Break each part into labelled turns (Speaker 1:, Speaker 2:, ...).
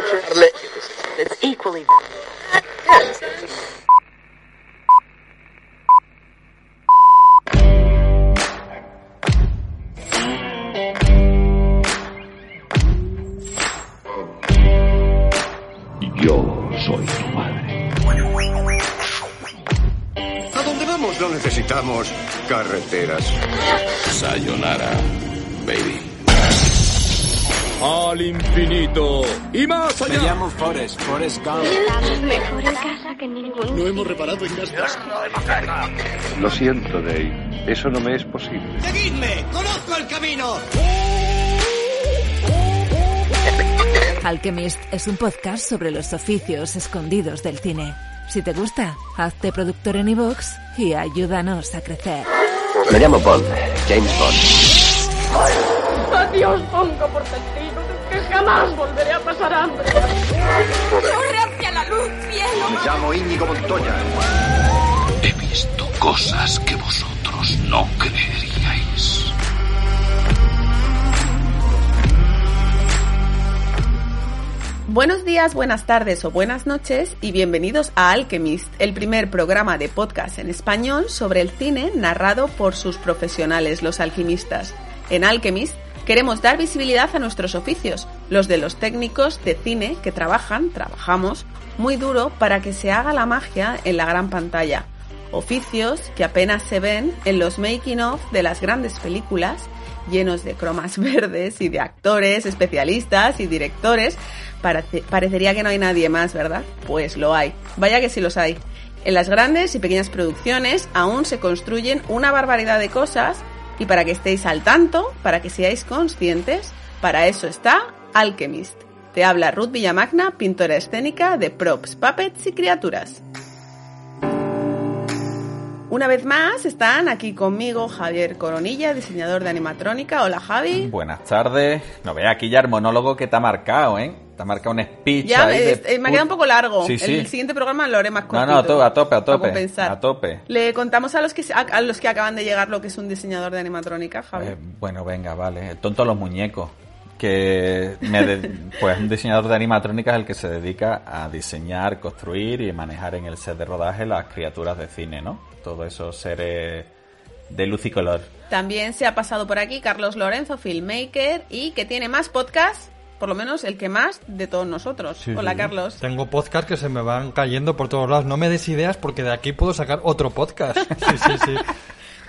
Speaker 1: It's equally.
Speaker 2: Yo soy tu madre.
Speaker 3: A donde vamos no necesitamos carreteras.
Speaker 2: Sayonara, baby.
Speaker 4: Al infinito y más allá.
Speaker 5: Forrest, Forrest Gump.
Speaker 6: Mejor en casa que en ningún
Speaker 4: Lo hemos reparado en gastos.
Speaker 2: Lo siento, Dave. Eso no me es posible.
Speaker 7: ¡Seguidme! ¡Conozco el camino!
Speaker 8: Alchemist es un podcast sobre los oficios escondidos del cine. Si te gusta, hazte productor en iVoox y ayúdanos a crecer.
Speaker 9: Me llamo Bond, James Bond.
Speaker 10: Adiós, Pongo, por testigo, que jamás volveré a pasar hambre.
Speaker 11: ¡Corre hacia la luz, cielo!
Speaker 12: Me llamo Íñigo Montoya.
Speaker 2: He visto cosas que vosotros no creeríais.
Speaker 13: Buenos días, buenas tardes o buenas noches y bienvenidos a Alchemist, el primer programa de podcast en español sobre el cine narrado por sus profesionales, los alquimistas. En Alchemist queremos dar visibilidad a nuestros oficios, los de los técnicos de cine que trabajan, trabajamos muy duro para que se haga la magia en la gran pantalla. Oficios que apenas se ven en los making of de las grandes películas, llenos de cromas verdes y de actores, especialistas y directores. Parece- parecería que no hay nadie más, ¿verdad? Pues lo hay. Vaya que sí los hay. En las grandes y pequeñas producciones aún se construyen una barbaridad de cosas y para que estéis al tanto, para que seáis conscientes, para eso está Alchemist. Te habla Ruth Villamagna, pintora escénica de props, puppets y criaturas. Una vez más están aquí conmigo Javier Coronilla, diseñador de animatrónica. Hola Javi.
Speaker 14: Buenas tardes. No veas aquí ya el monólogo que te ha marcado, ¿eh? Te ha marcado un speech
Speaker 13: Ya
Speaker 14: ahí
Speaker 13: eh,
Speaker 14: de
Speaker 13: eh, me ha quedado un
Speaker 14: put-
Speaker 13: poco largo.
Speaker 14: Sí, sí.
Speaker 13: El siguiente programa lo haré más
Speaker 14: No,
Speaker 13: cortito.
Speaker 14: no, a tope, a tope, a
Speaker 13: para
Speaker 14: tope.
Speaker 13: compensar.
Speaker 14: A tope.
Speaker 13: Le contamos a los que se- a, a los que acaban de llegar lo que es un diseñador de animatrónica, Javi.
Speaker 14: Eh, bueno, venga, vale. El tonto a los muñecos. Que me de- pues un diseñador de animatrónica es el que se dedica a diseñar, construir y manejar en el set de rodaje las criaturas de cine, ¿no? Todos esos seres de luz y color.
Speaker 13: También se ha pasado por aquí Carlos Lorenzo, filmmaker, y que tiene más podcasts, por lo menos el que más de todos nosotros.
Speaker 15: Sí,
Speaker 13: Hola,
Speaker 15: sí.
Speaker 13: Carlos.
Speaker 15: Tengo podcast que se me van cayendo por todos lados. No me des ideas porque de aquí puedo sacar otro podcast. Sí, sí, sí.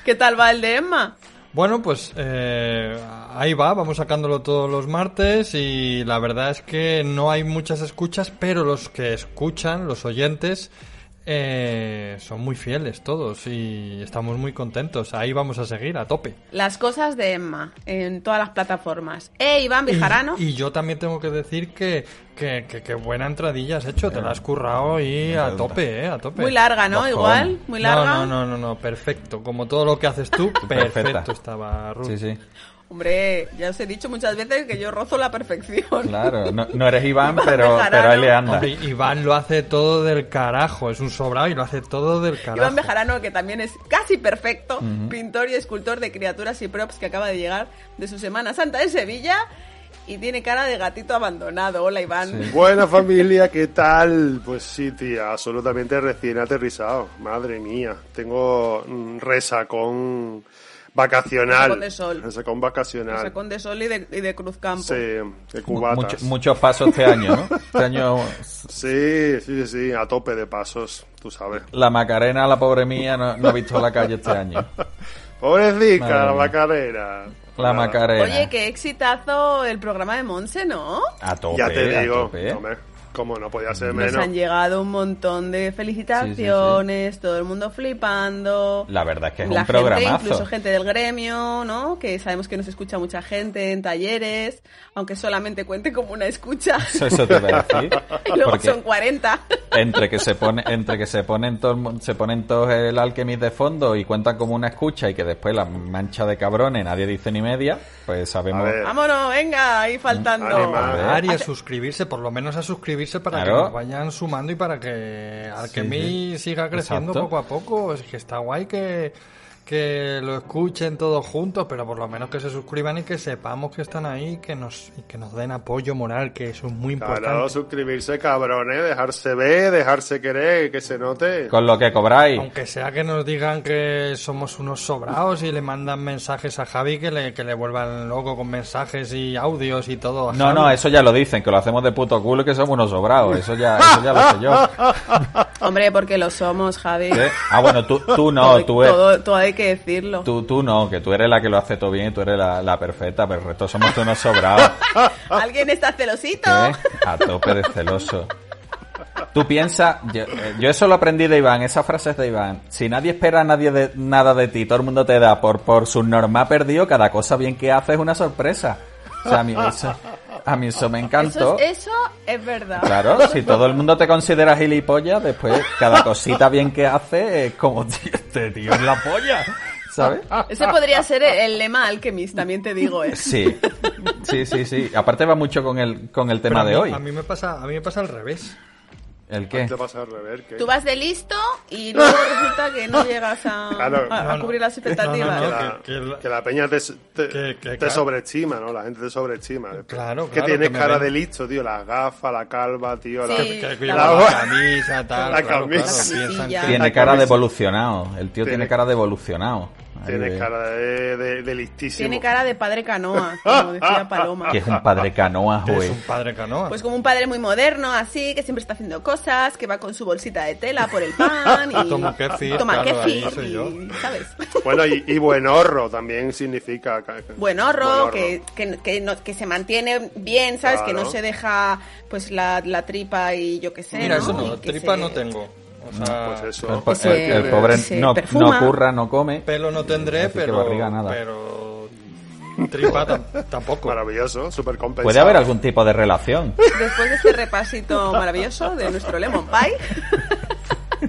Speaker 13: ¿Qué tal va el de Emma?
Speaker 15: Bueno, pues eh, ahí va, vamos sacándolo todos los martes y la verdad es que no hay muchas escuchas, pero los que escuchan, los oyentes, eh, son muy fieles todos y estamos muy contentos. Ahí vamos a seguir a tope.
Speaker 13: Las cosas de Emma en todas las plataformas. Eh, Iván Vijarano.
Speaker 15: Y yo también tengo que decir que, que, que- que buena entradilla has hecho,
Speaker 14: Eh,
Speaker 15: te la has currado y a tope, eh, a tope.
Speaker 13: Muy larga, ¿no? Igual, muy larga.
Speaker 15: No, no, no, no, no, perfecto. Como todo lo que haces tú,
Speaker 14: Perfecta.
Speaker 15: perfecto estaba Ruth.
Speaker 14: Sí, sí.
Speaker 13: Hombre, ya os he dicho muchas veces que yo rozo la perfección.
Speaker 14: Claro. No, no eres Iván, pero,
Speaker 13: Bejarano.
Speaker 14: pero ahí le anda.
Speaker 15: Hombre, Iván lo hace todo del carajo, es un sobrado y lo hace todo del carajo.
Speaker 13: Iván Bejarano, que también es casi perfecto,
Speaker 15: Ujú.
Speaker 13: pintor y escultor de criaturas y props que acaba de llegar de su Semana Santa en Sevilla y tiene cara de gatito abandonado. Hola, Iván.
Speaker 16: Buena familia, ¿qué tal? Pues sí, tía, absolutamente recién aterrizado. Madre mía, tengo mm, resacón vacacional.
Speaker 13: Resacón de sol.
Speaker 16: Resacón
Speaker 13: Un
Speaker 16: vacacional.
Speaker 13: sacón de sol y de, y de cruzcampo.
Speaker 16: Sí, de
Speaker 14: Mu-
Speaker 16: cubatas.
Speaker 14: mucho- muchos pasos este año, ¿no? Este año
Speaker 16: Sí, sí, sí, sí, a tope de pasos, tú sabes.
Speaker 14: la Macarena, la pobre mía, no, no ha visto la calle este año.
Speaker 16: Pobrecita, la
Speaker 14: Madre mía.
Speaker 16: macarena.
Speaker 14: La Macarena.
Speaker 13: Oye, qué exitazo el programa de Monse, ¿no?
Speaker 14: a tope,
Speaker 16: ya te
Speaker 14: a
Speaker 16: digo,
Speaker 14: tope.
Speaker 16: hombre, Como no podía ser
Speaker 13: Nos
Speaker 16: menos.
Speaker 13: han llegado un montón de felicitaciones, todo el mundo flipando.
Speaker 14: La verdad es que es
Speaker 13: la
Speaker 14: un programazo.
Speaker 13: Gente, incluso gente del gremio, ¿no? Que sabemos que nos escucha mucha gente en talleres, aunque solamente cuente como una escucha.
Speaker 14: Eso, eso te iba a decir.
Speaker 13: y luego
Speaker 14: Porque-
Speaker 13: son 40.
Speaker 14: entre que se pone entre que se ponen todos se ponen todos el Alchemist de fondo y cuentan como una escucha y que después la mancha de cabrones nadie dice ni media pues sabemos
Speaker 13: Vámonos, venga, ahí faltando.
Speaker 15: Animar y a suscribirse, por lo menos a suscribirse para
Speaker 14: Claro.
Speaker 15: que nos vayan sumando y para que Alchemy
Speaker 14: Sí, sí.
Speaker 15: siga creciendo
Speaker 14: Exacto.
Speaker 15: poco a poco. Pues Es que está guay que, que lo escuchen todos juntos, pero por lo menos que se suscriban y que sepamos que están ahí que nos, y que nos den apoyo moral, que eso es muy importante.
Speaker 16: Claro, suscribirse, cabrones, dejarse ver, dejarse querer, que se note.
Speaker 14: con lo que cobráis
Speaker 15: Aunque sea que nos digan que somos unos sobrados y le mandan mensajes a Javi que le, que le vuelvan loco con mensajes y audios y todo. a
Speaker 14: no
Speaker 15: Javi.
Speaker 14: no eso ya lo dicen que lo hacemos de puto culo y que somos unos sobrados eso ya eso ya lo sé yo
Speaker 13: Hombre, porque lo somos, Javi.
Speaker 14: ¿Eh? ah bueno tú tú no
Speaker 13: Todo-
Speaker 14: tú eres
Speaker 13: todo, todo hay que decirlo.
Speaker 14: Tú, tú no, que tú eres la que lo hace todo bien y tú eres la, la perfecta, pero el resto somos unos sobrados.
Speaker 13: ¿Alguien está celosito?
Speaker 14: ¿eh? A tope de celoso. Tú piensas, yo, eh, yo eso lo aprendí de Iván, esa frase es de Iván. Si nadie espera a nadie de, nada de ti, todo el mundo te da por, por su norma perdido, cada cosa bien que haces es una sorpresa. O sea, a mí eso, a mí eso me encantó.
Speaker 13: Eso, es- eso es verdad.
Speaker 14: Claro, si todo el mundo te considera gilipollas, después cada cosita bien que hace es como, tío, este tío es la polla, ¿sabes?
Speaker 13: Ese podría ser el, el lema Alchemist, también te digo eso.
Speaker 14: Sí, sí, sí, sí. Aparte va mucho con el, con el
Speaker 15: Pero
Speaker 14: tema
Speaker 15: a
Speaker 14: de
Speaker 15: mí-
Speaker 14: hoy.
Speaker 15: A mí me pasa, a mí me pasa al revés.
Speaker 14: ¿El qué?
Speaker 16: Te vas a rever, ¿qué?
Speaker 13: Tú vas de listo y luego resulta que no llegas a,
Speaker 16: Claro.
Speaker 13: a- a
Speaker 16: No, no.
Speaker 13: cubrir las expectativas.
Speaker 16: que, la, que la peña te, te, te
Speaker 15: claro.
Speaker 16: sobreestima, ¿no? La gente te sobreestima.
Speaker 15: Claro,
Speaker 16: que
Speaker 15: claro,
Speaker 16: tienes
Speaker 15: que me
Speaker 16: cara
Speaker 15: ven.
Speaker 16: de listo, tío. Las gafas, la calva, tío. la,
Speaker 15: Que- que- que
Speaker 16: la-
Speaker 15: lleva la camisa, tal,
Speaker 16: La
Speaker 15: claro, claro,
Speaker 16: camisa.
Speaker 15: piensan que-
Speaker 14: Tiene
Speaker 16: La
Speaker 14: cara de
Speaker 16: camisa.
Speaker 14: evolucionado. El tío tiene
Speaker 16: Tiene-
Speaker 14: cara de evolucionado. Ahí
Speaker 16: Tienes
Speaker 14: ve.
Speaker 16: cara de, de- de listísimo. Ah,
Speaker 13: Tiene cara de padre canoa, como decía Paloma.
Speaker 14: Que es un padre canoa,
Speaker 15: Que es
Speaker 14: joe.
Speaker 15: un padre canoa.
Speaker 13: Pues como un padre muy moderno, así, que siempre está haciendo cosas, que va con su bolsita de tela por el pan y
Speaker 15: Toma kefir,
Speaker 13: toma
Speaker 15: claro,
Speaker 13: kefir
Speaker 15: ahí soy yo.
Speaker 13: y- ¿sabes?
Speaker 16: Bueno, y, y buen horro también significa. ca-
Speaker 13: Buen horro,
Speaker 16: buen
Speaker 13: que, que, que no- que se mantiene bien, ¿sabes? Que no
Speaker 16: Claro.
Speaker 13: se deja pues la, la tripa y yo qué sé.
Speaker 15: Mira,
Speaker 13: ¿no?
Speaker 15: eso
Speaker 13: Y
Speaker 15: no,
Speaker 13: que
Speaker 15: tripa
Speaker 13: se-
Speaker 15: no tengo. O sea,
Speaker 16: Pues eso.
Speaker 14: El, po-
Speaker 13: se-
Speaker 14: el- el pobre
Speaker 13: se
Speaker 14: no,
Speaker 13: perfuma.
Speaker 14: no curra, no come.
Speaker 15: Pelo no tendré,
Speaker 14: Así que
Speaker 15: pero.
Speaker 14: barriga nada.
Speaker 15: Pero. Tripa tam- tampoco.
Speaker 16: Maravilloso, súper compensado.
Speaker 14: Puede haber algún tipo de relación.
Speaker 13: Después de este repasito maravilloso de nuestro Lemon Pie.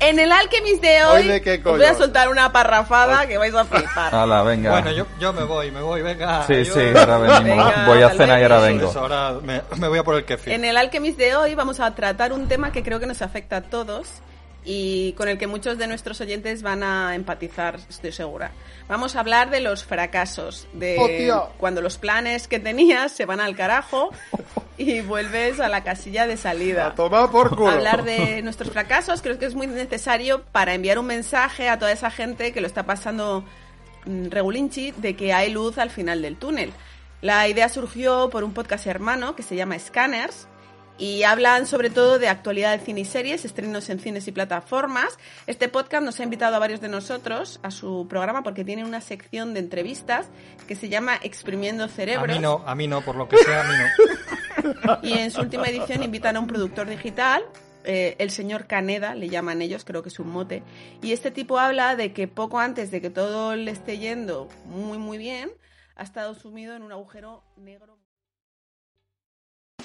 Speaker 13: En el Alchemist de
Speaker 16: ¿Hoy
Speaker 13: hoy,
Speaker 16: de qué
Speaker 13: os
Speaker 16: coño?
Speaker 13: voy a soltar una parrafada que vais a
Speaker 15: Ah,
Speaker 13: flipar.
Speaker 14: Hala, venga.
Speaker 15: Bueno, yo, yo me voy, me voy, venga.
Speaker 14: sí,
Speaker 15: adiós.
Speaker 14: sí, ahora venimos.
Speaker 13: Venga,
Speaker 14: Voy a
Speaker 13: hasta
Speaker 14: cenar y ahora
Speaker 13: luego.
Speaker 14: vengo.
Speaker 15: Eso, ahora me, me voy a por el kefir.
Speaker 13: En el Alchemist de hoy vamos a tratar un tema que creo que nos afecta a todos y con el que muchos de nuestros oyentes van a empatizar, estoy segura. Vamos a hablar de los fracasos, de
Speaker 16: Oh, tío.
Speaker 13: cuando los planes que tenías se van al carajo y vuelves a la casilla de salida.
Speaker 16: A tomar por culo.
Speaker 13: hablar de nuestros fracasos. Creo que es muy necesario para enviar un mensaje a toda esa gente que lo está pasando mm, regulinchi de que hay luz al final del túnel. La idea surgió por un podcast hermano que se llama Scanners y hablan sobre todo de actualidad de cine y series, estrenos en cines y plataformas. Este podcast nos ha invitado a varios de nosotros a su programa porque tiene una sección de entrevistas que se llama Exprimiendo
Speaker 15: a
Speaker 13: Cerebros.
Speaker 15: mí no, a mí no, por lo que sea, a mí no.
Speaker 13: Y en su última edición invitan a un productor digital, eh, el señor Caneda, le llaman ellos, creo que es un mote. Y este tipo habla de que poco antes de que todo le esté yendo muy, muy bien, ha estado sumido en un agujero negro.